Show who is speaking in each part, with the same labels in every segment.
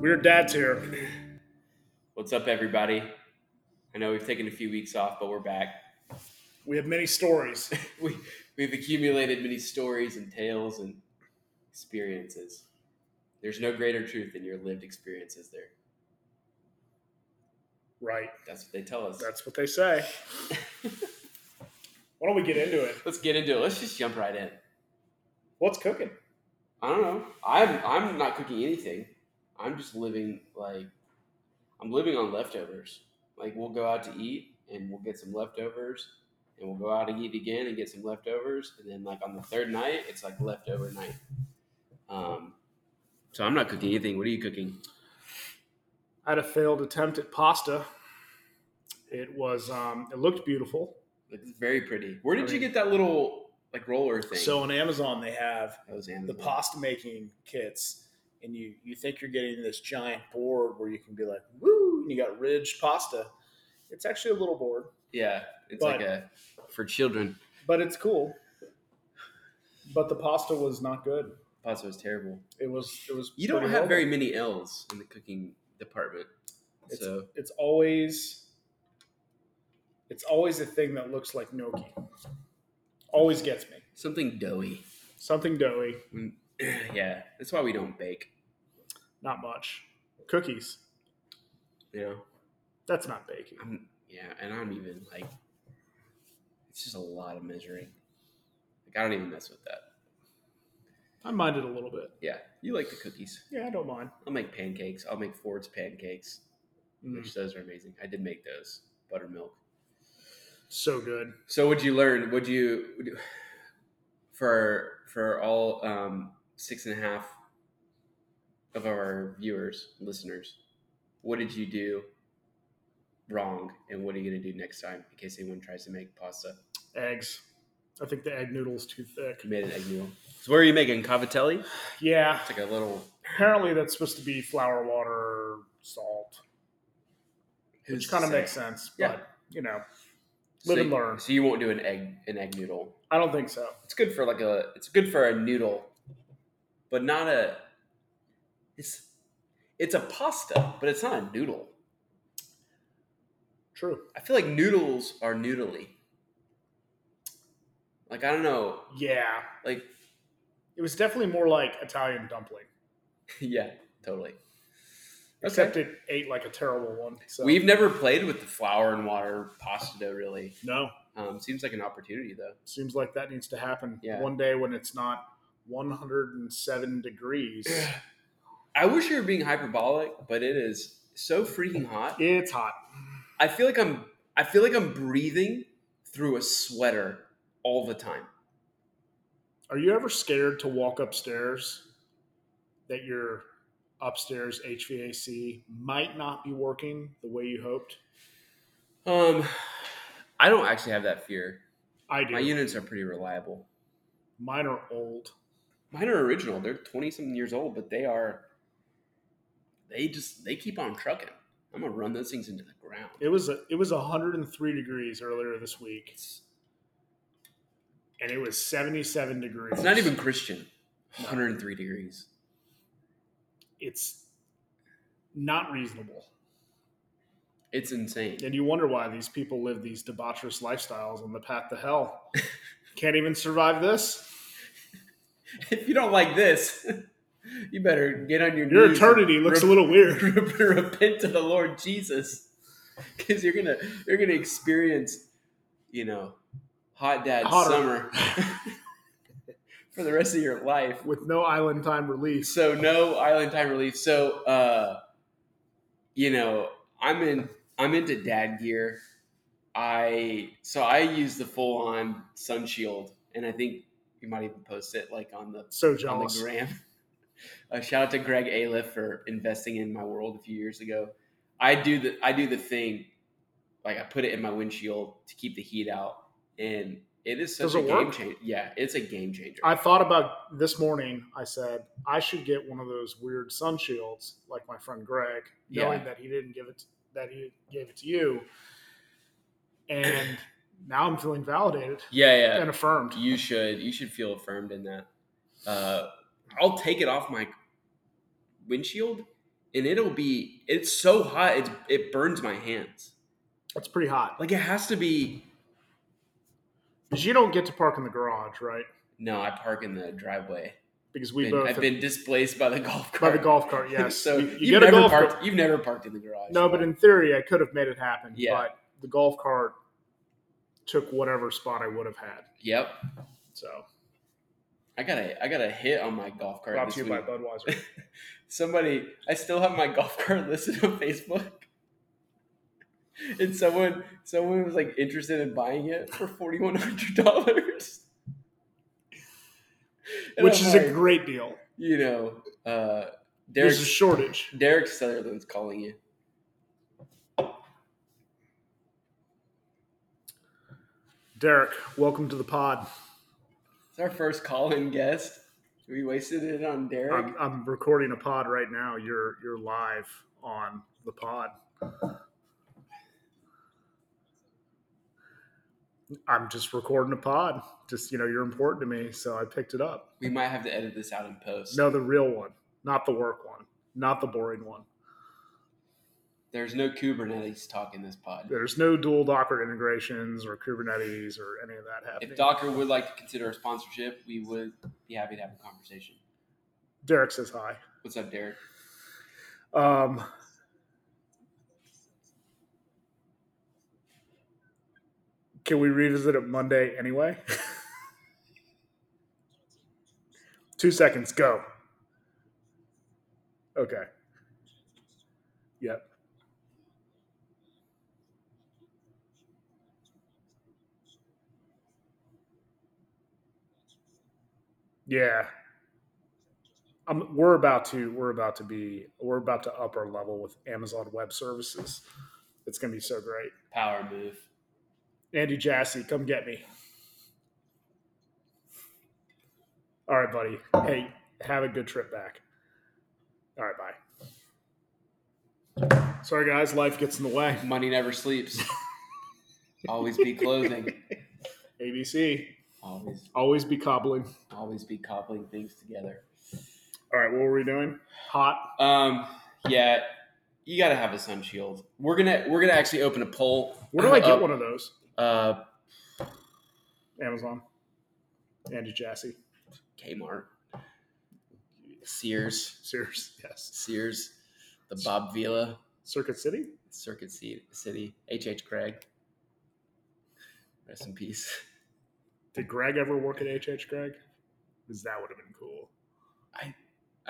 Speaker 1: Weird Dad's here.
Speaker 2: What's up, everybody? I know we've taken a few weeks off, but we're back.
Speaker 1: We have many stories.
Speaker 2: We, we've accumulated many stories and tales and experiences. There's no greater truth than your lived experiences there.
Speaker 1: Right.
Speaker 2: That's what they tell us.
Speaker 1: That's what they say. Why don't we get into it?
Speaker 2: Let's get into it. Let's just jump right in.
Speaker 1: What's cooking?
Speaker 2: I don't know. I'm I'm not cooking anything. I'm just living like I'm living on leftovers. Like we'll go out to eat and we'll get some leftovers and we'll go out and eat again and get some leftovers and then like on the third night it's like leftover night. Um so I'm not cooking anything. What are you cooking?
Speaker 1: I had a failed attempt at pasta. It was um, it looked beautiful.
Speaker 2: It's very pretty. Where
Speaker 1: I
Speaker 2: did you
Speaker 1: mean-
Speaker 2: get that little like roller thing?
Speaker 1: So on Amazon they have
Speaker 2: that was Amazon.
Speaker 1: the pasta making kits and you you think you're getting this giant board where you can be like woo and you got ridged pasta it's actually a little board
Speaker 2: Yeah, it's
Speaker 1: But-
Speaker 2: like a for children.
Speaker 1: but it's cool but the pasta was not good
Speaker 2: Pasta was terrible.
Speaker 1: it was it was
Speaker 2: You don't
Speaker 1: pretty
Speaker 2: have
Speaker 1: horrible.
Speaker 2: very many L's in the cooking department.
Speaker 1: It's-
Speaker 2: so
Speaker 1: it's always it's always a thing that looks like gnocchi always gets me
Speaker 2: something doughy.
Speaker 1: something doughy
Speaker 2: yeah, that's why we don't bake.
Speaker 1: not much cookies
Speaker 2: You know,
Speaker 1: that's not baking
Speaker 2: I'm yeah, and I'm even like, it's just a lot of measuring. Like I don't even mess with that.
Speaker 1: i mind it a little bit
Speaker 2: Yeah, you like the cookies.
Speaker 1: yeah i don't mind
Speaker 2: I'll make pancakes. I'll make Ford's pancakes,
Speaker 1: Mm,
Speaker 2: which those are amazing. I did make those buttermilk.
Speaker 1: so good
Speaker 2: So would you learn? Would you would you- for for all um, six and a half of our viewers, listeners? What did you do wrong, and what are you going to do next time in case anyone tries to make pasta?
Speaker 1: eggs. I think the egg noodle's too thick.
Speaker 2: You made an egg noodle. So where are you making cavatelli?
Speaker 1: Yeah,
Speaker 2: It's like a little.
Speaker 1: apparently that's supposed to be flour, water, salt,
Speaker 2: who's
Speaker 1: which
Speaker 2: to
Speaker 1: kind of
Speaker 2: say?
Speaker 1: makes sense.
Speaker 2: Yeah.
Speaker 1: But you know,
Speaker 2: So
Speaker 1: live and
Speaker 2: you-
Speaker 1: learn.
Speaker 2: So you won't do an egg an egg noodle.
Speaker 1: I don't think so.
Speaker 2: It's good for like a. It's good for a noodle, but not a. It's it's a pasta, but it's not a noodle.
Speaker 1: True.
Speaker 2: I feel like noodles are noodly. Like I don't know,
Speaker 1: Yeah,
Speaker 2: like
Speaker 1: it was definitely more like Italian dumpling,
Speaker 2: yeah, totally.
Speaker 1: except it ate like a terrible one. So
Speaker 2: We've never played with the flour and water pasta dough. Really,
Speaker 1: no
Speaker 2: um, seems like an opportunity though.
Speaker 1: seems like that needs to happen
Speaker 2: Yeah.
Speaker 1: one day when it's not 107 degrees.
Speaker 2: I wish you were being hyperbolic, but it is so freaking hot.
Speaker 1: it's hot.
Speaker 2: I feel like I'm. I feel like I'm breathing through a sweater all the time.
Speaker 1: Are you ever scared to walk upstairs that your upstairs HVAC might not be working the way you hoped?
Speaker 2: Um, I don't actually have that fear.
Speaker 1: I do.
Speaker 2: My units are pretty reliable.
Speaker 1: Mine are old.
Speaker 2: mine are original. They're twenty something years old, but they are. They just they keep on trucking. I'm gonna run those things into the ground.
Speaker 1: It was it was 103 degrees earlier this week,
Speaker 2: It's,
Speaker 1: and it was 77 degrees.
Speaker 2: it's not even Christian. 103 degrees.
Speaker 1: It's not reasonable,
Speaker 2: It's insane.
Speaker 1: and you wonder why these people live these debaucherous lifestyles on the path to hell. Can't even survive this.
Speaker 2: If you don't like this, you better get on your
Speaker 1: Your
Speaker 2: knees
Speaker 1: eternity
Speaker 2: and
Speaker 1: looks a
Speaker 2: rep-
Speaker 1: little weird.
Speaker 2: repent to the Lord Jesus, because you're gonna you're gonna experience, you know, hot dad
Speaker 1: Hotter.
Speaker 2: summer for the rest of your life.
Speaker 1: With no island time release,
Speaker 2: so no island time relief so uh you know i'm in i'm into dad gear i so i use the full on sun shield and i think you might even post it like on the
Speaker 1: so
Speaker 2: on
Speaker 1: jealous.
Speaker 2: the gram uh, shout out to greg aliff for investing in my world a few years ago i do the i do the thing like i put it in my windshield to keep the heat out and it is such
Speaker 1: Does
Speaker 2: a
Speaker 1: it
Speaker 2: game
Speaker 1: work?
Speaker 2: changer yeah it's a game changer
Speaker 1: I thought about this morning. I said I should get one of those weird sun shields, like my friend Greg, knowing
Speaker 2: Yeah.
Speaker 1: that he didn't give it that he gave it to you. And now I'm feeling validated
Speaker 2: yeah yeah
Speaker 1: and affirmed.
Speaker 2: You should. You should feel affirmed in that. Uh, I'll take it off my windshield, and it'll be it's so hot it it burns my hands.
Speaker 1: That's pretty hot.
Speaker 2: Like it has to be.
Speaker 1: Because you don't get to park in the garage, right?
Speaker 2: No, I park in the driveway.
Speaker 1: Because we
Speaker 2: Been-
Speaker 1: both
Speaker 2: I've
Speaker 1: have-
Speaker 2: been displaced by the golf
Speaker 1: by
Speaker 2: cart.
Speaker 1: the golf cart. Yes.
Speaker 2: so
Speaker 1: you,
Speaker 2: you,
Speaker 1: you
Speaker 2: have
Speaker 1: get a
Speaker 2: never
Speaker 1: golf
Speaker 2: parked.
Speaker 1: cart.
Speaker 2: You've never parked in the garage.
Speaker 1: No, but in theory, I could have made it happen.
Speaker 2: Yeah.
Speaker 1: But the golf cart took whatever spot I would have had.
Speaker 2: yep.
Speaker 1: So
Speaker 2: I got a I got a hit on my golf cart.
Speaker 1: brought
Speaker 2: this
Speaker 1: to you
Speaker 2: week.
Speaker 1: by Budweiser.
Speaker 2: somebody I still have my golf cart listed on Facebook. And someone someone was like interested in buying it for forty one hundred dollars.
Speaker 1: which is a great deal.
Speaker 2: you know, uh Derek
Speaker 1: There's a shortage.
Speaker 2: Derek Sutherland's calling you.
Speaker 1: Derek, welcome to the pod.
Speaker 2: It's our first call in guest. We wasted it on Derek.
Speaker 1: I'm, I'm recording a pod right now. You're you're live on the pod. I'm just recording a pod. Just you know, you're important to me, so I picked it up.
Speaker 2: we might have to edit this out in post.
Speaker 1: No, the real one, not the work one, not the boring one.
Speaker 2: There's no Kubernetes talk in this pod.
Speaker 1: There's no dual Docker integrations or Kubernetes or any of that happening.
Speaker 2: If Docker would like to consider a sponsorship, we would be happy to have a conversation.
Speaker 1: Derek says hi.
Speaker 2: What's up, Derek?
Speaker 1: Um, can we revisit it Monday anyway? Two seconds, go. Okay. Yep. Yeah. Um, we're about to we're about to be we're about to up our level with Amazon Web Services. It's going to be so great.
Speaker 2: Power move.
Speaker 1: Andy Jassy, come get me. All right, buddy. Hey, have a good trip back. All right, bye. Sorry, guys. Life gets in the way.
Speaker 2: Money never sleeps. always be closing.
Speaker 1: ABC.
Speaker 2: Always,
Speaker 1: Always be cobbling.
Speaker 2: always be cobbling things together.
Speaker 1: All right, what were we doing? Hot.
Speaker 2: Um, yeah, you gotta have a sun shield. We're gonna, we're gonna actually open a poll.
Speaker 1: Where do I get
Speaker 2: Uh,
Speaker 1: one of those?
Speaker 2: Uh,
Speaker 1: Amazon. Andy Jassy.
Speaker 2: Kmart, Sears,
Speaker 1: Sears. Yes.
Speaker 2: Sears, the Bob Vila,
Speaker 1: Circuit City.
Speaker 2: Circuit C- City, HH Craig. Rest in peace.
Speaker 1: Did Greg ever work at HH Greg? Because that would have been cool.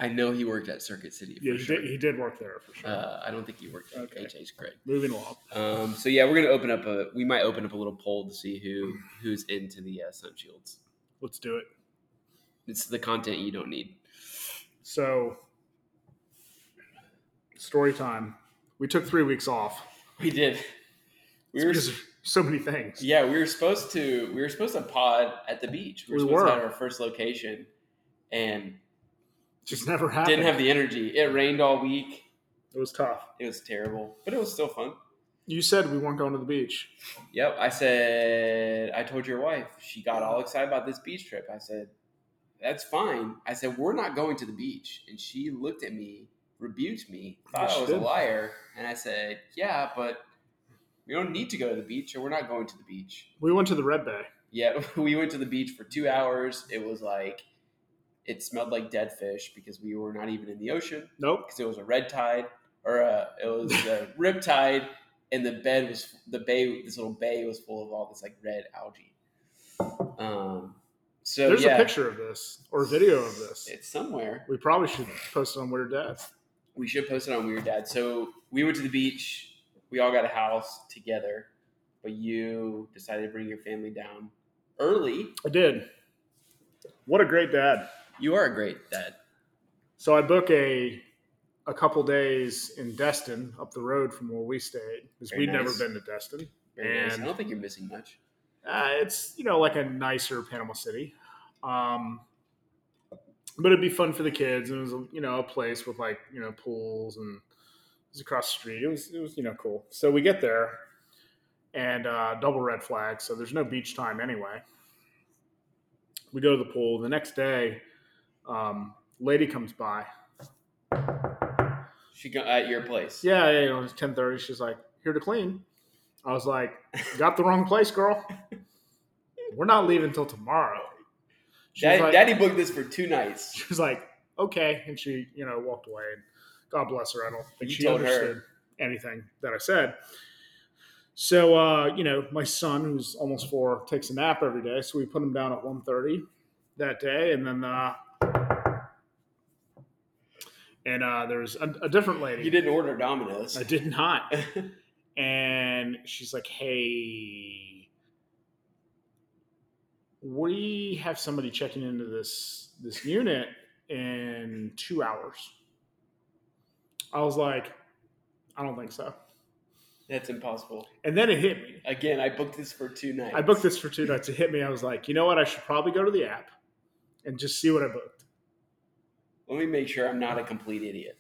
Speaker 2: I know he worked at Circuit City for
Speaker 1: Yeah, he,
Speaker 2: sure.
Speaker 1: did, he did work there for sure.
Speaker 2: Uh, I don't think he worked at
Speaker 1: Okay.
Speaker 2: HH Craig.
Speaker 1: Moving along.
Speaker 2: Um, so yeah, we're gonna open up a. We might open up a little poll to see who who's into the uh, sun shields.
Speaker 1: Let's do it.
Speaker 2: It's the content you don't need.
Speaker 1: So, story time. We took three weeks off
Speaker 2: We did. We
Speaker 1: It's
Speaker 2: were
Speaker 1: because of so many things.
Speaker 2: yeah. We were supposed to. We were supposed to pod at the beach. We were
Speaker 1: We
Speaker 2: supposed
Speaker 1: were.
Speaker 2: to have our first location, and
Speaker 1: Just never happened.
Speaker 2: didn't have the energy. It rained all week.
Speaker 1: it was tough.
Speaker 2: It was terrible, but it was still fun.
Speaker 1: You said we weren't going to the beach.
Speaker 2: Yep. I said. I told your wife. She got all excited about this beach trip. I said, "That's fine." I said, "We're not going to the beach," and she looked at me, rebuked me, thought
Speaker 1: Yes,
Speaker 2: I
Speaker 1: she
Speaker 2: was a
Speaker 1: did.
Speaker 2: liar, and I said, "Yeah, but." We don't need to go to the beach, or we're not going to the beach.
Speaker 1: We went to the Red Bay.
Speaker 2: Yeah, we went to the beach for two hours. It was like it smelled like dead fish because we were not even in the ocean
Speaker 1: Nope.
Speaker 2: because it was a red tide or a, it was a rip tide, and the bed was the bay. This little bay was full of all this like red algae. Um, so
Speaker 1: There's
Speaker 2: yeah,
Speaker 1: a picture of this or video of this.
Speaker 2: It's somewhere.
Speaker 1: We probably should post it on Weird Dad.
Speaker 2: We should post it on Weird Dad. So we went to the beach. We all got a house together, but you decided to bring your family down early.
Speaker 1: I did. What a great dad.
Speaker 2: You are a great dad.
Speaker 1: So I book a a couple days in Destin, up the road from where we stayed, because
Speaker 2: Very
Speaker 1: we'd never
Speaker 2: nice.
Speaker 1: been to Destin.
Speaker 2: Very nice.
Speaker 1: And-
Speaker 2: I don't think you're missing much.
Speaker 1: Uh, it's you know like a nicer Panama City, um, but it'd be fun for the kids. And it was a, you know a place with like you know pools and it was across the street. It was it was you know cool. So we get there, and uh, double red flag. So there's no beach time anyway. We go to the pool. The next day, um, lady comes by.
Speaker 2: She got at your place.
Speaker 1: Yeah, yeah, you know, it's ten thirty. She's like, here to clean. I was like, got the wrong place, girl. We're not leaving till tomorrow. She was
Speaker 2: Daddy,
Speaker 1: like,
Speaker 2: Daddy booked this for two nights.
Speaker 1: she was like, okay, and she, you know, walked away. And God bless her. I don't think
Speaker 2: You
Speaker 1: she
Speaker 2: told her.
Speaker 1: understood anything that I said. So, uh, you know, my son, who's almost four, takes a nap every day. So we put him down at 1.30 that day, and then. Uh, and uh, there's a, a different lady.
Speaker 2: You didn't order Domino's.
Speaker 1: I did not and she's like, "Hey, we have somebody checking into this this unit in two hours." I was like, "I don't think so."
Speaker 2: That's impossible.
Speaker 1: And then it hit me.
Speaker 2: Again, I booked this for two nights.
Speaker 1: I booked this for two nights. It hit me. I was like, "You know what? I should probably go to the app and just see what I booked."
Speaker 2: Let me make sure I'm not a complete idiot.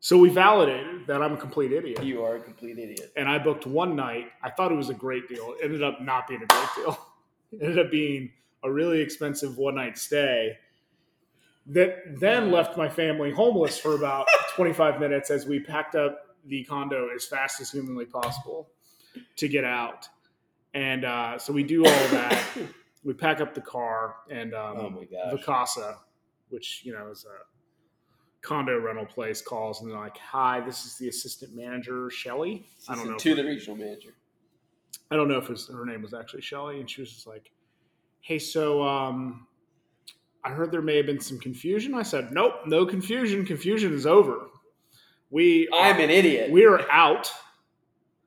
Speaker 1: So we validated that I'm a complete idiot.
Speaker 2: You are a complete idiot.
Speaker 1: and I booked one night. I thought it was a great deal. It ended up not being a great deal. It ended up being a really expensive one night stay that then left my family homeless for about 25 minutes as we packed up the condo as fast as humanly possible to get out. And uh, so we do all of that. we pack up the car and um,
Speaker 2: oh my gosh.
Speaker 1: Vacasa, which you know is a condo rental place, calls and they're like, "Hi, this is the assistant manager, Shelly." I don't
Speaker 2: Assistant
Speaker 1: know.
Speaker 2: To the regional manager.
Speaker 1: I don't know if it was, her name was actually Shelly, and she was just like, "Hey, so um, I heard there may have been some confusion." I said, "Nope, no confusion. Confusion is over. We
Speaker 2: I'm an idiot.
Speaker 1: we are out."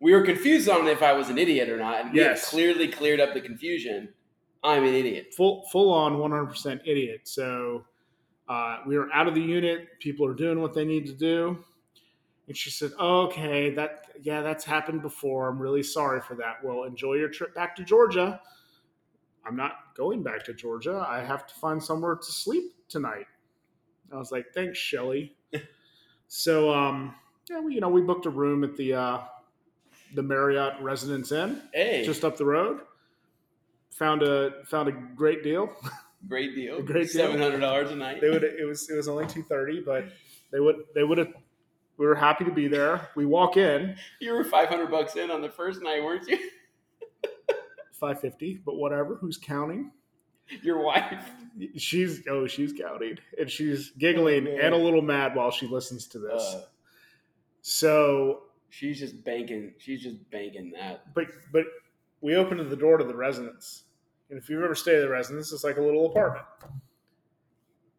Speaker 2: We were confused on if I was an idiot or not, and we have
Speaker 1: Yes.
Speaker 2: clearly cleared up the confusion. I'm an idiot.
Speaker 1: full full on 100% idiot. So uh, we were out of the unit. People are doing what they need to do. And she said, oh, "Okay, that yeah, that's happened before. I'm really sorry for that. Well, enjoy your trip back to Georgia. I'm not going back to Georgia. I have to find somewhere to sleep tonight." I was like, "Thanks, Shelly." so um, yeah, we, you know, we booked a room at the uh, the Marriott Residence Inn
Speaker 2: Hey,
Speaker 1: just up the road. Found a found a great deal.
Speaker 2: great deal.
Speaker 1: Great deal.
Speaker 2: Seven hundred dollars a night.
Speaker 1: They would it was it was only two thirty, but they would they would have. We were happy to be there. We walk in
Speaker 2: You were five hundred bucks in on the first night, weren't you?
Speaker 1: five fifty, but whatever. Who's counting?
Speaker 2: Your wife.
Speaker 1: She's oh she's counting and she's giggling
Speaker 2: Oh, man.
Speaker 1: and a little mad while she listens to this.
Speaker 2: Uh,
Speaker 1: so,
Speaker 2: she's just banking. She's just banking that.
Speaker 1: but but we opened the door to the residence, and if you've ever stayed at the residence, it's like a little apartment.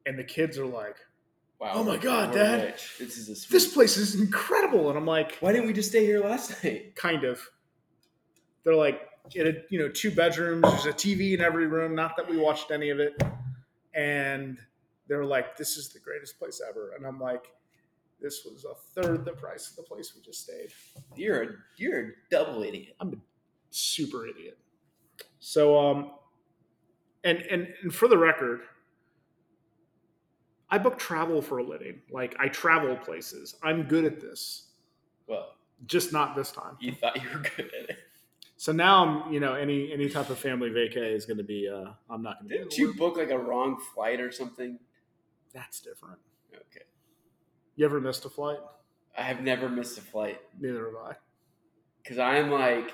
Speaker 1: And the kids are like,
Speaker 2: Wow.
Speaker 1: Oh my
Speaker 2: we're-
Speaker 1: God,
Speaker 2: we're
Speaker 1: Dad.
Speaker 2: rich. This is a sweet.
Speaker 1: "This place is incredible," and I'm like,
Speaker 2: Why didn't we just stay here last night?
Speaker 1: kind of. They're like it had, you know, two bedrooms. There's a TV in every room. Not that we watched any of it. And they're like, "This is the greatest place ever." And I'm like, "This was a third the price of the place we just stayed."
Speaker 2: You're a you're a double idiot.
Speaker 1: Super idiot. So, um, and and and for the record, I book travel for a living. Like I travel places. I'm good at this.
Speaker 2: Well,
Speaker 1: Just not this time.
Speaker 2: you thought you were good at it.
Speaker 1: So now I'm, you know, any any type of family vacay is going to be. Uh, I'm not going to.
Speaker 2: Didn't you book like a wrong flight or something?
Speaker 1: That's different.
Speaker 2: Okay.
Speaker 1: You ever missed a flight?
Speaker 2: I have never missed a flight.
Speaker 1: Neither have I.
Speaker 2: because I'm like,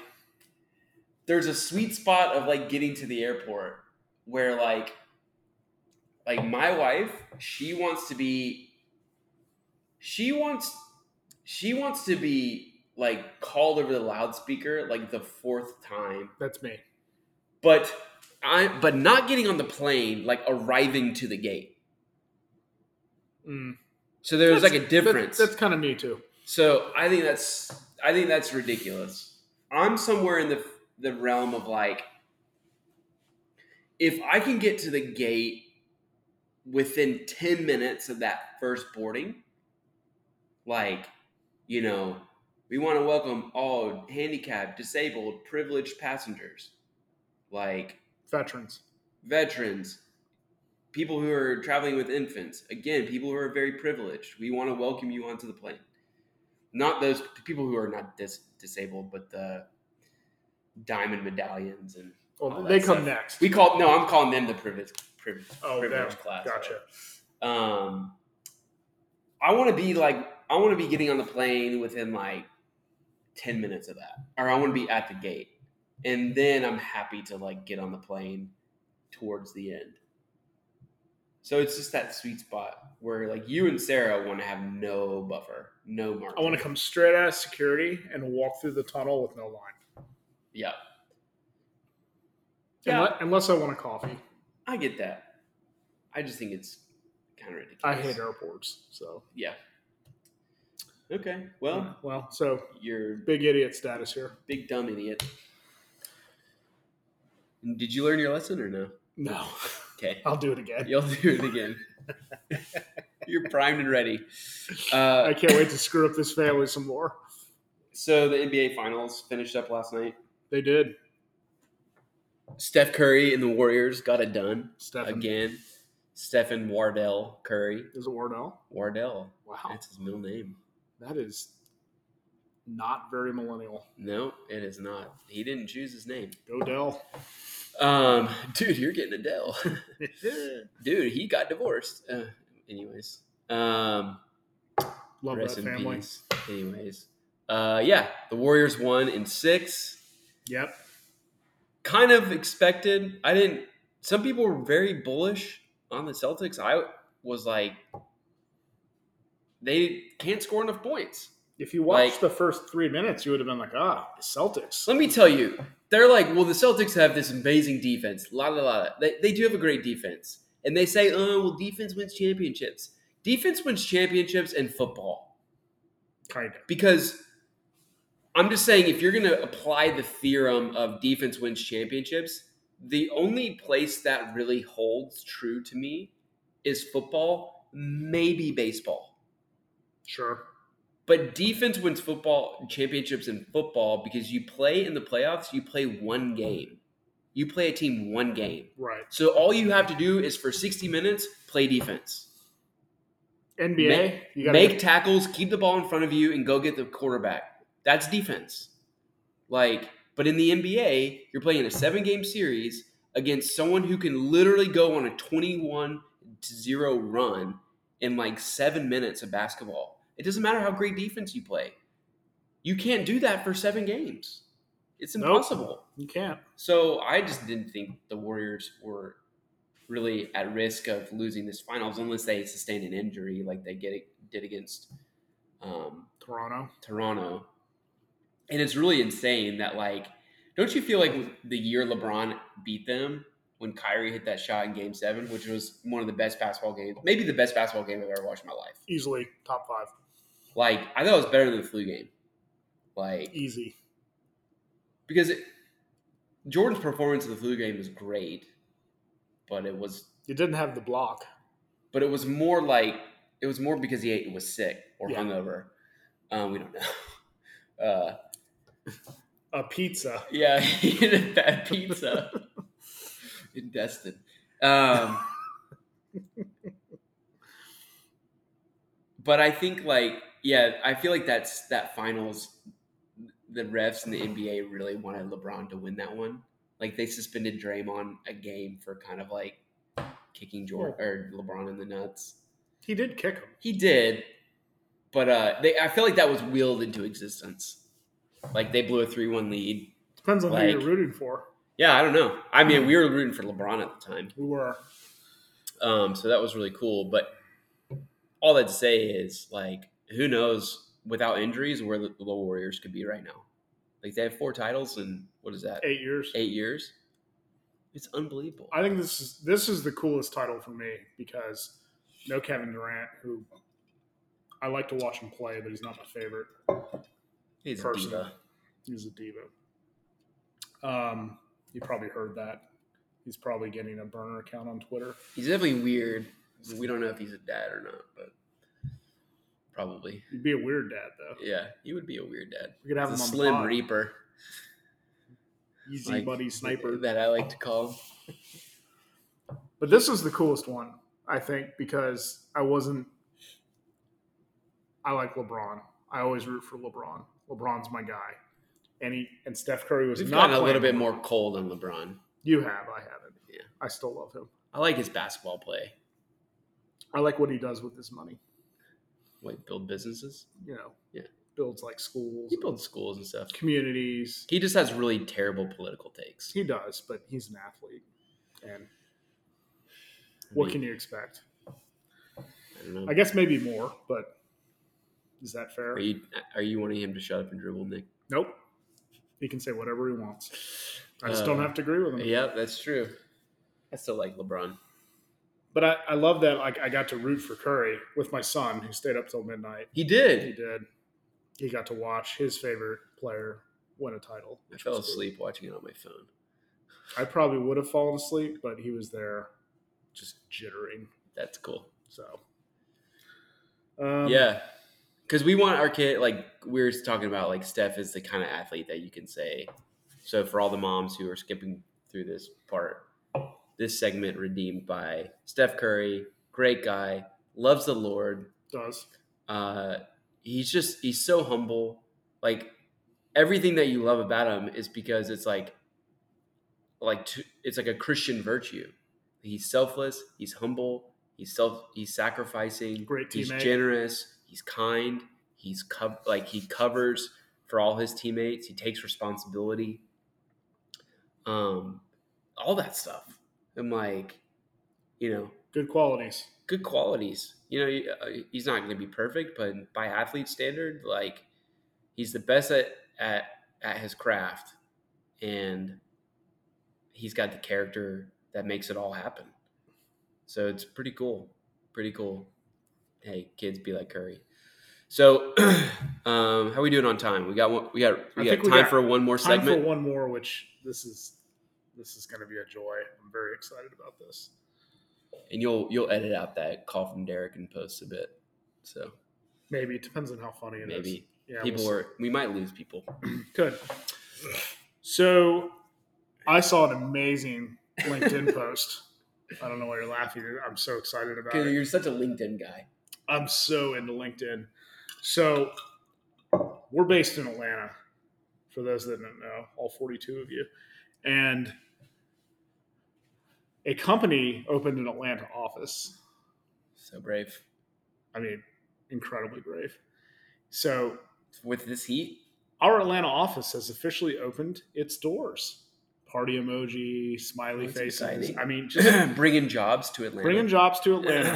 Speaker 2: there's a sweet spot of like getting to the airport where like, like my wife, she wants to be, she wants, she wants to be like called over the loudspeaker like the fourth time,
Speaker 1: That's me.
Speaker 2: but I, but not getting on the plane like arriving to the gate.
Speaker 1: Mm.
Speaker 2: So there's like
Speaker 1: That's-
Speaker 2: a difference.
Speaker 1: That's, kind of me too.
Speaker 2: So I think that's I think that's ridiculous. I'm somewhere in the the realm of like if I can get to the gate within 10 minutes of that first boarding, like, you know, we want to welcome all handicapped, disabled, privileged passengers. Like
Speaker 1: Veterans.
Speaker 2: veterans, people who are traveling with infants, again, people who are very privileged. We want to welcome you onto the plane. Not those people who are not dis- disabled, but the diamond medallions and
Speaker 1: Well,
Speaker 2: Oh,
Speaker 1: they
Speaker 2: that's
Speaker 1: come
Speaker 2: a-
Speaker 1: next.
Speaker 2: we call no, I'm calling them the privileged privilege
Speaker 1: oh, them.
Speaker 2: privileged class.
Speaker 1: Gotcha.
Speaker 2: Um, I want to be like I want to be getting on the plane within like ten minutes of that, or I want to be at the gate, and then I'm happy to like get on the plane towards the end. So it's just that sweet spot where like you and Sarah want to have no buffer, no margin.
Speaker 1: I want to come straight out of security and walk through the tunnel with no line.
Speaker 2: Yeah,
Speaker 1: Unle-
Speaker 2: Yeah.
Speaker 1: Unless, I want a coffee.
Speaker 2: I get that. I just think it's kind of ridiculous.
Speaker 1: I hate airports. So,
Speaker 2: Yeah. Okay. Well,
Speaker 1: well, so
Speaker 2: you're
Speaker 1: big idiot status here.
Speaker 2: big dumb idiot. Did you learn your lesson or no?
Speaker 1: No,
Speaker 2: Okay.
Speaker 1: I'll do it again.
Speaker 2: You'll do it again. You're primed and ready.
Speaker 1: I
Speaker 2: Uh,
Speaker 1: can't wait to screw up this family some more.
Speaker 2: so the NBA Finals finished up last night.
Speaker 1: They did.
Speaker 2: Steph Curry and the Warriors got it done
Speaker 1: Stefan
Speaker 2: again. Stephen Wardell Curry.
Speaker 1: is it Wardell?
Speaker 2: Wardell.
Speaker 1: Wow,
Speaker 2: That's his middle name.
Speaker 1: that is not very millennial.
Speaker 2: No, it is not. He didn't choose his name.
Speaker 1: Go Dell.
Speaker 2: Um, dude, you're getting Adele. dude, he got divorced. Uh, anyways, um,
Speaker 1: Love
Speaker 2: rest
Speaker 1: that
Speaker 2: in
Speaker 1: family.
Speaker 2: peace. Anyways, uh, yeah, the Warriors won in six.
Speaker 1: Yep.
Speaker 2: Kind of expected. I didn't. Some people were very bullish on the Celtics. I was like, they can't score enough points.
Speaker 1: If you watched
Speaker 2: Like-
Speaker 1: the first three minutes, you would have been like, ah, the Celtics.
Speaker 2: Let me tell you, they're like, well, the Celtics have this amazing defense. La la la. la. They, they do have a great defense, and they say, oh, well, defense wins championships. Defense wins championships in football
Speaker 1: Kind of.
Speaker 2: because I'm just saying, if you're going to apply the theorem of defense wins championships, the only place that really holds true to me is football, maybe baseball.
Speaker 1: Sure.
Speaker 2: But defense wins football championships in football because you play in the playoffs, you play one game. You play a team one game.
Speaker 1: Right.
Speaker 2: So all you have to do is for 60 minutes, play defense.
Speaker 1: NBA.
Speaker 2: Make-
Speaker 1: you gotta
Speaker 2: Make
Speaker 1: get-
Speaker 2: tackles, keep the ball in front of you, and go get the quarterback. That's defense. Like, but in the NBA, you're playing a seven game series against someone who can literally go on a 21 to 0 run in like seven minutes of basketball. It doesn't matter how great defense you play, you can't do that for seven games. It's
Speaker 1: Nope.
Speaker 2: impossible.
Speaker 1: you can't.
Speaker 2: So I just didn't think the Warriors were really at risk of losing this finals unless they sustained an injury like they get did against um,
Speaker 1: Toronto.
Speaker 2: Toronto. And it's really insane that like, don't you feel like the year LeBron beat them when Kyrie hit that shot in Game Seven, which was one of the best basketball games, maybe the best basketball game I've ever watched in my life.
Speaker 1: Easily top five.
Speaker 2: Like I thought it was better than the flu game. Like
Speaker 1: Easy.
Speaker 2: because it, Jordan's performance in the flu game was great, but it was
Speaker 1: You didn't have the block.
Speaker 2: but it was more like it was more because he ate, was sick or
Speaker 1: Yeah.
Speaker 2: hungover. Um, we don't know. Uh,
Speaker 1: A pizza.
Speaker 2: yeah, he ate a bad pizza in Destin. Um, but I think like yeah, I feel like that's that finals. The refs and the NBA really wanted LeBron to win that one. Like they suspended Draymond a game for kind of like kicking Jordan or LeBron in the nuts.
Speaker 1: He did kick him.
Speaker 2: He did, but uh, they I feel like that was willed into existence. Like they blew a three-one lead.
Speaker 1: Depends on who you're
Speaker 2: Like-
Speaker 1: rooting for.
Speaker 2: Yeah, I don't know. I mean,
Speaker 1: Hmm.
Speaker 2: we were rooting for LeBron at the time,
Speaker 1: We were.
Speaker 2: um, so that was really cool. But all that to say is, like, who knows without injuries where the, the Warriors could be right now? Like they have four titles in what is that?
Speaker 1: Eight years.
Speaker 2: Eight years. It's unbelievable.
Speaker 1: I think this is this is the coolest title for me because no Kevin Durant, who I like to watch him play, but he's not my favorite.
Speaker 2: He's a
Speaker 1: personally.
Speaker 2: diva.
Speaker 1: He's a diva. Um, you probably heard that. He's probably getting a burner account on Twitter.
Speaker 2: He's definitely weird. We don't know if he's a dad or not, but probably.
Speaker 1: He'd be a weird dad though.
Speaker 2: Yeah, he would be a weird dad.
Speaker 1: We could have
Speaker 2: The
Speaker 1: him on
Speaker 2: Slim
Speaker 1: the pod.
Speaker 2: Reaper,
Speaker 1: Easy
Speaker 2: like-
Speaker 1: buddy sniper.
Speaker 2: that I like to call. him.
Speaker 1: But this is the coolest one, I think, because I wasn't. I like LeBron. I always root for LeBron. LeBron's my guy, and he and Steph Curry was
Speaker 2: We've
Speaker 1: not
Speaker 2: gotten a little
Speaker 1: playing
Speaker 2: bit
Speaker 1: well.
Speaker 2: more cold on LeBron.
Speaker 1: You have, I haven't.
Speaker 2: Yeah.
Speaker 1: I still love him.
Speaker 2: I like his basketball play.
Speaker 1: I like what he does with his money.
Speaker 2: like build businesses.
Speaker 1: you know,
Speaker 2: Yeah.
Speaker 1: builds like schools,
Speaker 2: He builds schools and stuff.
Speaker 1: communities.
Speaker 2: He just has really terrible political takes.
Speaker 1: He does, but he's an athlete. And what can you expect?
Speaker 2: I don't know.
Speaker 1: I guess maybe more, but is that fair?
Speaker 2: Are you are you wanting him to shut up and dribble, Nick?
Speaker 1: Nope. He can say whatever he wants. I just don't
Speaker 2: Uh,
Speaker 1: have to agree with him.
Speaker 2: Yeah, that's true. I still like LeBron.
Speaker 1: But I, I love that like I got to root for Curry with my son who stayed up till midnight.
Speaker 2: He
Speaker 1: He
Speaker 2: did.
Speaker 1: did. He got to watch his favorite player win a title.
Speaker 2: I
Speaker 1: which
Speaker 2: fell
Speaker 1: was cool.
Speaker 2: asleep watching it on my phone.
Speaker 1: I probably would have fallen asleep, but he was there just jittering.
Speaker 2: That's cool.
Speaker 1: So um,
Speaker 2: yeah, because we want our kid. Like we were talking about, like Steph is the kind of athlete that you can say. So for all the moms who are skipping through this part, this segment redeemed by Steph Curry, great guy, loves the Lord,
Speaker 1: does.
Speaker 2: uh, he's just he's so humble. Like everything that you love about him is because it's like like t- it's like a Christian virtue. He's selfless. He's humble. He's self. He's sacrificing.
Speaker 1: Great
Speaker 2: He's
Speaker 1: teammate.
Speaker 2: generous. He's kind. He's cov- like he covers for all his teammates. He takes responsibility. Um, all that stuff. I'm like, you know,
Speaker 1: Good qualities.
Speaker 2: good qualities. You know, he- uh, he's not going to be perfect, but by athlete standard, like he's the best at at at his craft, and he's got the character that makes it all happen. So it's pretty cool. Pretty cool. Hey, kids, be like Curry. So, um, how we doing on time? We got one, we got we
Speaker 1: I
Speaker 2: got
Speaker 1: think
Speaker 2: time
Speaker 1: we got
Speaker 2: for one more
Speaker 1: Time
Speaker 2: segment.
Speaker 1: for one more, which this is this is going to be a joy. I'm very excited about this.
Speaker 2: and you'll you'll edit out that call from Derek and post a bit. So
Speaker 1: Maybe it depends on how funny it is.
Speaker 2: maybe
Speaker 1: yeah,
Speaker 2: people
Speaker 1: we'll see.
Speaker 2: are we might lose people.
Speaker 1: Good. So I saw an amazing LinkedIn post. I don't know why you're laughing. I'm so excited about
Speaker 2: Because
Speaker 1: it.
Speaker 2: you're such a LinkedIn guy.
Speaker 1: I'm so into LinkedIn. So we're based in Atlanta, for those that don't know, all 42 of you. And a company opened an Atlanta office
Speaker 2: So brave.
Speaker 1: I mean, incredibly brave. So
Speaker 2: With this heat,
Speaker 1: our Atlanta office has officially opened its doors. Party emoji, smiley
Speaker 2: That's
Speaker 1: faces.
Speaker 2: exciting.
Speaker 1: I mean, just
Speaker 2: bringing jobs to Atlanta.
Speaker 1: bringing jobs to Atlanta.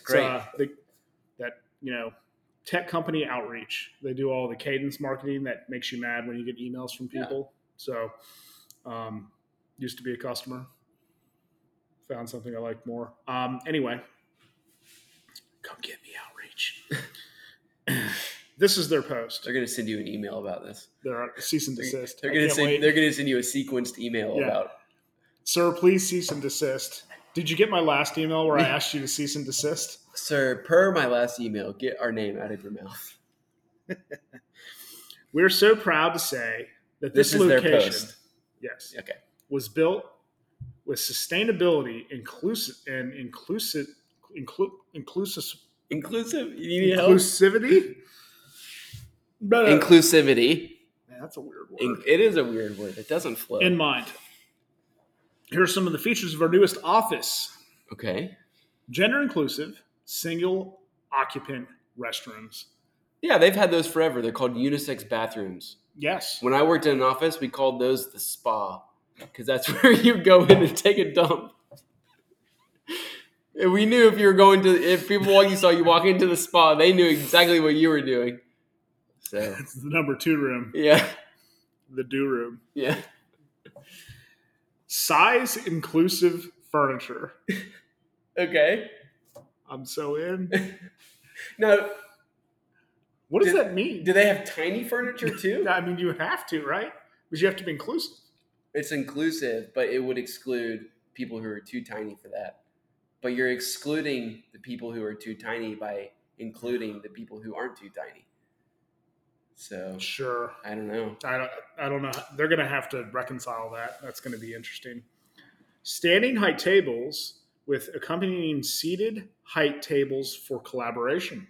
Speaker 1: It's,
Speaker 2: great.
Speaker 1: uh, the, that you know, tech company outreach. They do all the cadence marketing that makes you mad when you get emails from
Speaker 2: Yeah.
Speaker 1: people. So, um, used to be a customer. Found something I liked more. Um, anyway, come get me outreach. this is their post.
Speaker 2: they're gonna send you an email about this.
Speaker 1: Their cease and
Speaker 2: They're,
Speaker 1: desist.
Speaker 2: they're
Speaker 1: I
Speaker 2: gonna
Speaker 1: can't
Speaker 2: send.
Speaker 1: wait.
Speaker 2: They're gonna send you a sequenced email
Speaker 1: Yeah.
Speaker 2: about.
Speaker 1: Sir, please cease and desist. Did you get my last email where I asked you to cease and desist?
Speaker 2: Sir, per my last email, get our name out of your mouth.
Speaker 1: We're so proud to say that
Speaker 2: This,
Speaker 1: this,
Speaker 2: is
Speaker 1: location,
Speaker 2: their post.
Speaker 1: yes,
Speaker 2: Okay.
Speaker 1: was built with sustainability, inclusive and inclusive, inclu, inclusive,
Speaker 2: Inclusive. You need help.
Speaker 1: inclusivity. But, uh,
Speaker 2: Inclusivity.
Speaker 1: man, that's a weird word.
Speaker 2: In- it is a weird word. It doesn't flow.
Speaker 1: In mind, here are some of the features of our newest office:
Speaker 2: okay.
Speaker 1: gender inclusive, single occupant restrooms.
Speaker 2: Yeah, they've had those forever. They're called unisex bathrooms.
Speaker 1: Yes,
Speaker 2: When I worked in an office, we called those the spa because that's where you go in and take a dump. And we knew if you were going to, if people walking saw you walk into the spa, they knew exactly what you were doing. So,
Speaker 1: it's the number two room,
Speaker 2: yeah,
Speaker 1: the do room.
Speaker 2: yeah.
Speaker 1: Size inclusive furniture.
Speaker 2: Okay.
Speaker 1: I'm so in.
Speaker 2: Now,
Speaker 1: What does
Speaker 2: Did-
Speaker 1: that mean?
Speaker 2: do they have tiny furniture too?
Speaker 1: I mean, you have to, right? Because you have to be inclusive.
Speaker 2: It's inclusive, but it would exclude people who are too tiny for that. But you're excluding the people who are too tiny by including the people who aren't too tiny. So,
Speaker 1: Sure.
Speaker 2: I don't know.
Speaker 1: I don't. I don't know. They're going to have to reconcile that. That's going to be interesting. Standing height tables with accompanying seated height tables for collaboration.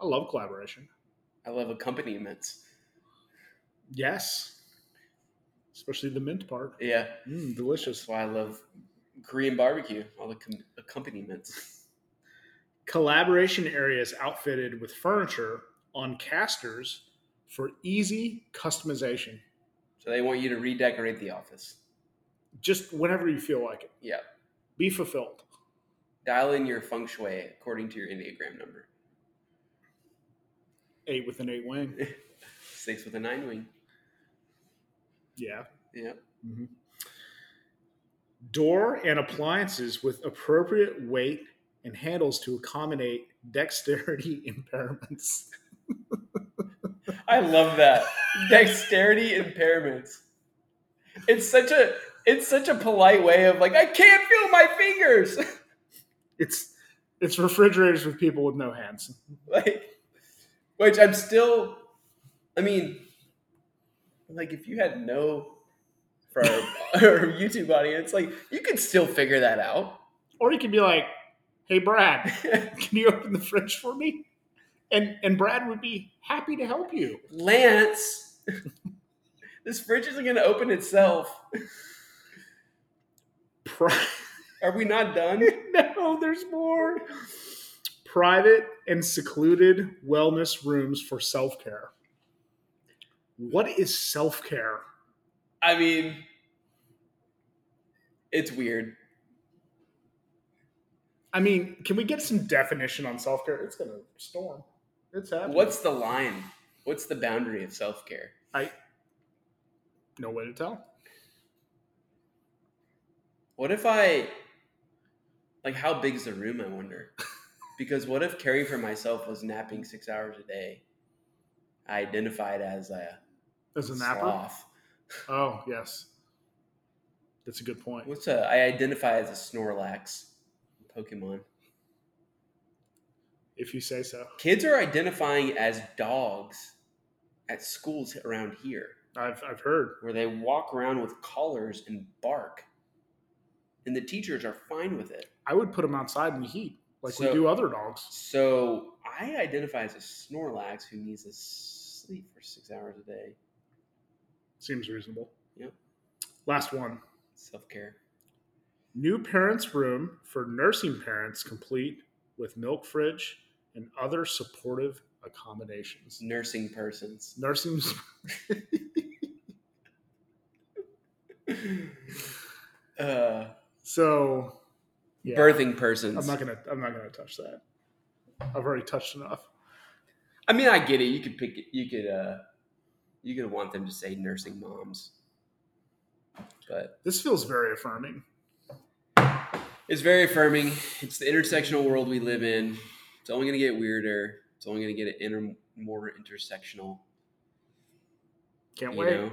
Speaker 1: I love collaboration.
Speaker 2: I love accompaniments.
Speaker 1: Yes, especially the mint part.
Speaker 2: Yeah,
Speaker 1: Mm,
Speaker 2: that's
Speaker 1: delicious.
Speaker 2: why I love Korean barbecue. All the com- accompaniments.
Speaker 1: Collaboration areas outfitted with furniture on casters for easy customization.
Speaker 2: So they want you to redecorate the office.
Speaker 1: Just whenever you feel like it.
Speaker 2: Yeah.
Speaker 1: Be fulfilled.
Speaker 2: Dial in your feng shui according to your Enneagram number.
Speaker 1: Eight with an eight wing.
Speaker 2: Six with a nine wing.
Speaker 1: Yeah.
Speaker 2: Yeah.
Speaker 1: Mhm. Door and appliances with appropriate weight and handles to accommodate dexterity impairments.
Speaker 2: I love that. Dexterity impairments. It's such a it's such a polite way of like I can't feel my fingers.
Speaker 1: It's it's refrigerators with people with no hands.
Speaker 2: like which I'm still I mean like if you had no for our, our YouTube audience, like you could still figure that out.
Speaker 1: Or you can be like, "Hey Brad, can you open the fridge for me?" And and Brad would be happy to help you.
Speaker 2: Lance, this fridge isn't going to open itself.
Speaker 1: Pri-
Speaker 2: Are we not done?
Speaker 1: no, there's more. Private and secluded wellness rooms for self care. What is self care?
Speaker 2: I mean, it's weird.
Speaker 1: I mean, can we get some definition on self care? It's gonna storm. It's happening.
Speaker 2: What's the line? What's the boundary of self care?
Speaker 1: no way to tell?
Speaker 2: What if I, like, how big's the room? I wonder. Because what if caring for myself was napping six hours a day? I identified as a
Speaker 1: As a napper?
Speaker 2: sloth.
Speaker 1: Oh yes, that's a good point.
Speaker 2: What's a? I identify as a Snorlax, Pokemon.
Speaker 1: If you say so,
Speaker 2: Kids are identifying as dogs at schools around here,
Speaker 1: I've I've heard.
Speaker 2: where they walk around with collars and bark, and the teachers are fine with it.
Speaker 1: I would put them outside in the heat, like we
Speaker 2: So-
Speaker 1: do other dogs.
Speaker 2: So I identify as a Snorlax who needs to sleep for six hours a day.
Speaker 1: Seems reasonable.
Speaker 2: Yep.
Speaker 1: Last one.
Speaker 2: Self care.
Speaker 1: New parents' room for nursing parents, complete with milk fridge and other supportive accommodations.
Speaker 2: Nursing persons.
Speaker 1: Nursing.
Speaker 2: Uh,
Speaker 1: So, yeah,
Speaker 2: Birthing persons.
Speaker 1: I'm not gonna. I'm not gonna touch that. I've already touched enough.
Speaker 2: I mean, I get it. You could pick. You could. uh You could want them to say nursing moms, but
Speaker 1: This feels very affirming.
Speaker 2: it's very affirming. It's the intersectional world we live in. It's only going to get weirder. It's only going to get inter- more intersectional.
Speaker 1: Can't
Speaker 2: you
Speaker 1: wait.
Speaker 2: know,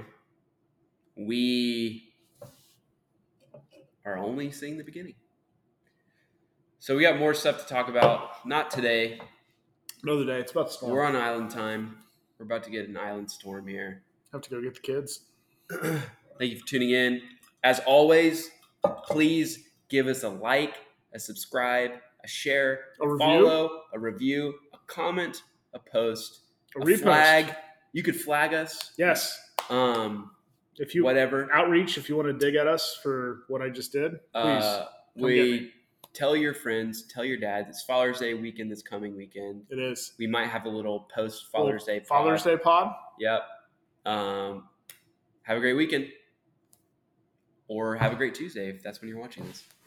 Speaker 2: we are only seeing the beginning. So we got more stuff to talk about. Not today.
Speaker 1: Another day. It's about to storm.
Speaker 2: We're on island time. We're about to get an island storm here.
Speaker 1: have to go get the kids.
Speaker 2: Thank you for tuning in. As always, please give us a like, a subscribe, a share,
Speaker 1: A review.
Speaker 2: follow, a review, a comment, a post,
Speaker 1: a repost.
Speaker 2: flag. You could flag us.
Speaker 1: Yes.
Speaker 2: Um,
Speaker 1: If you
Speaker 2: whatever.
Speaker 1: outreach, if you want to dig at us for what I just did, please.
Speaker 2: Uh,
Speaker 1: come get
Speaker 2: we tell your friends, tell your dads. It's Father's Day weekend this coming weekend.
Speaker 1: it is
Speaker 2: We might have a little post Father's Day. pod.
Speaker 1: Father's Day pod.
Speaker 2: Yep. Um, have a great weekend, or have a great Tuesday if that's when you're watching this.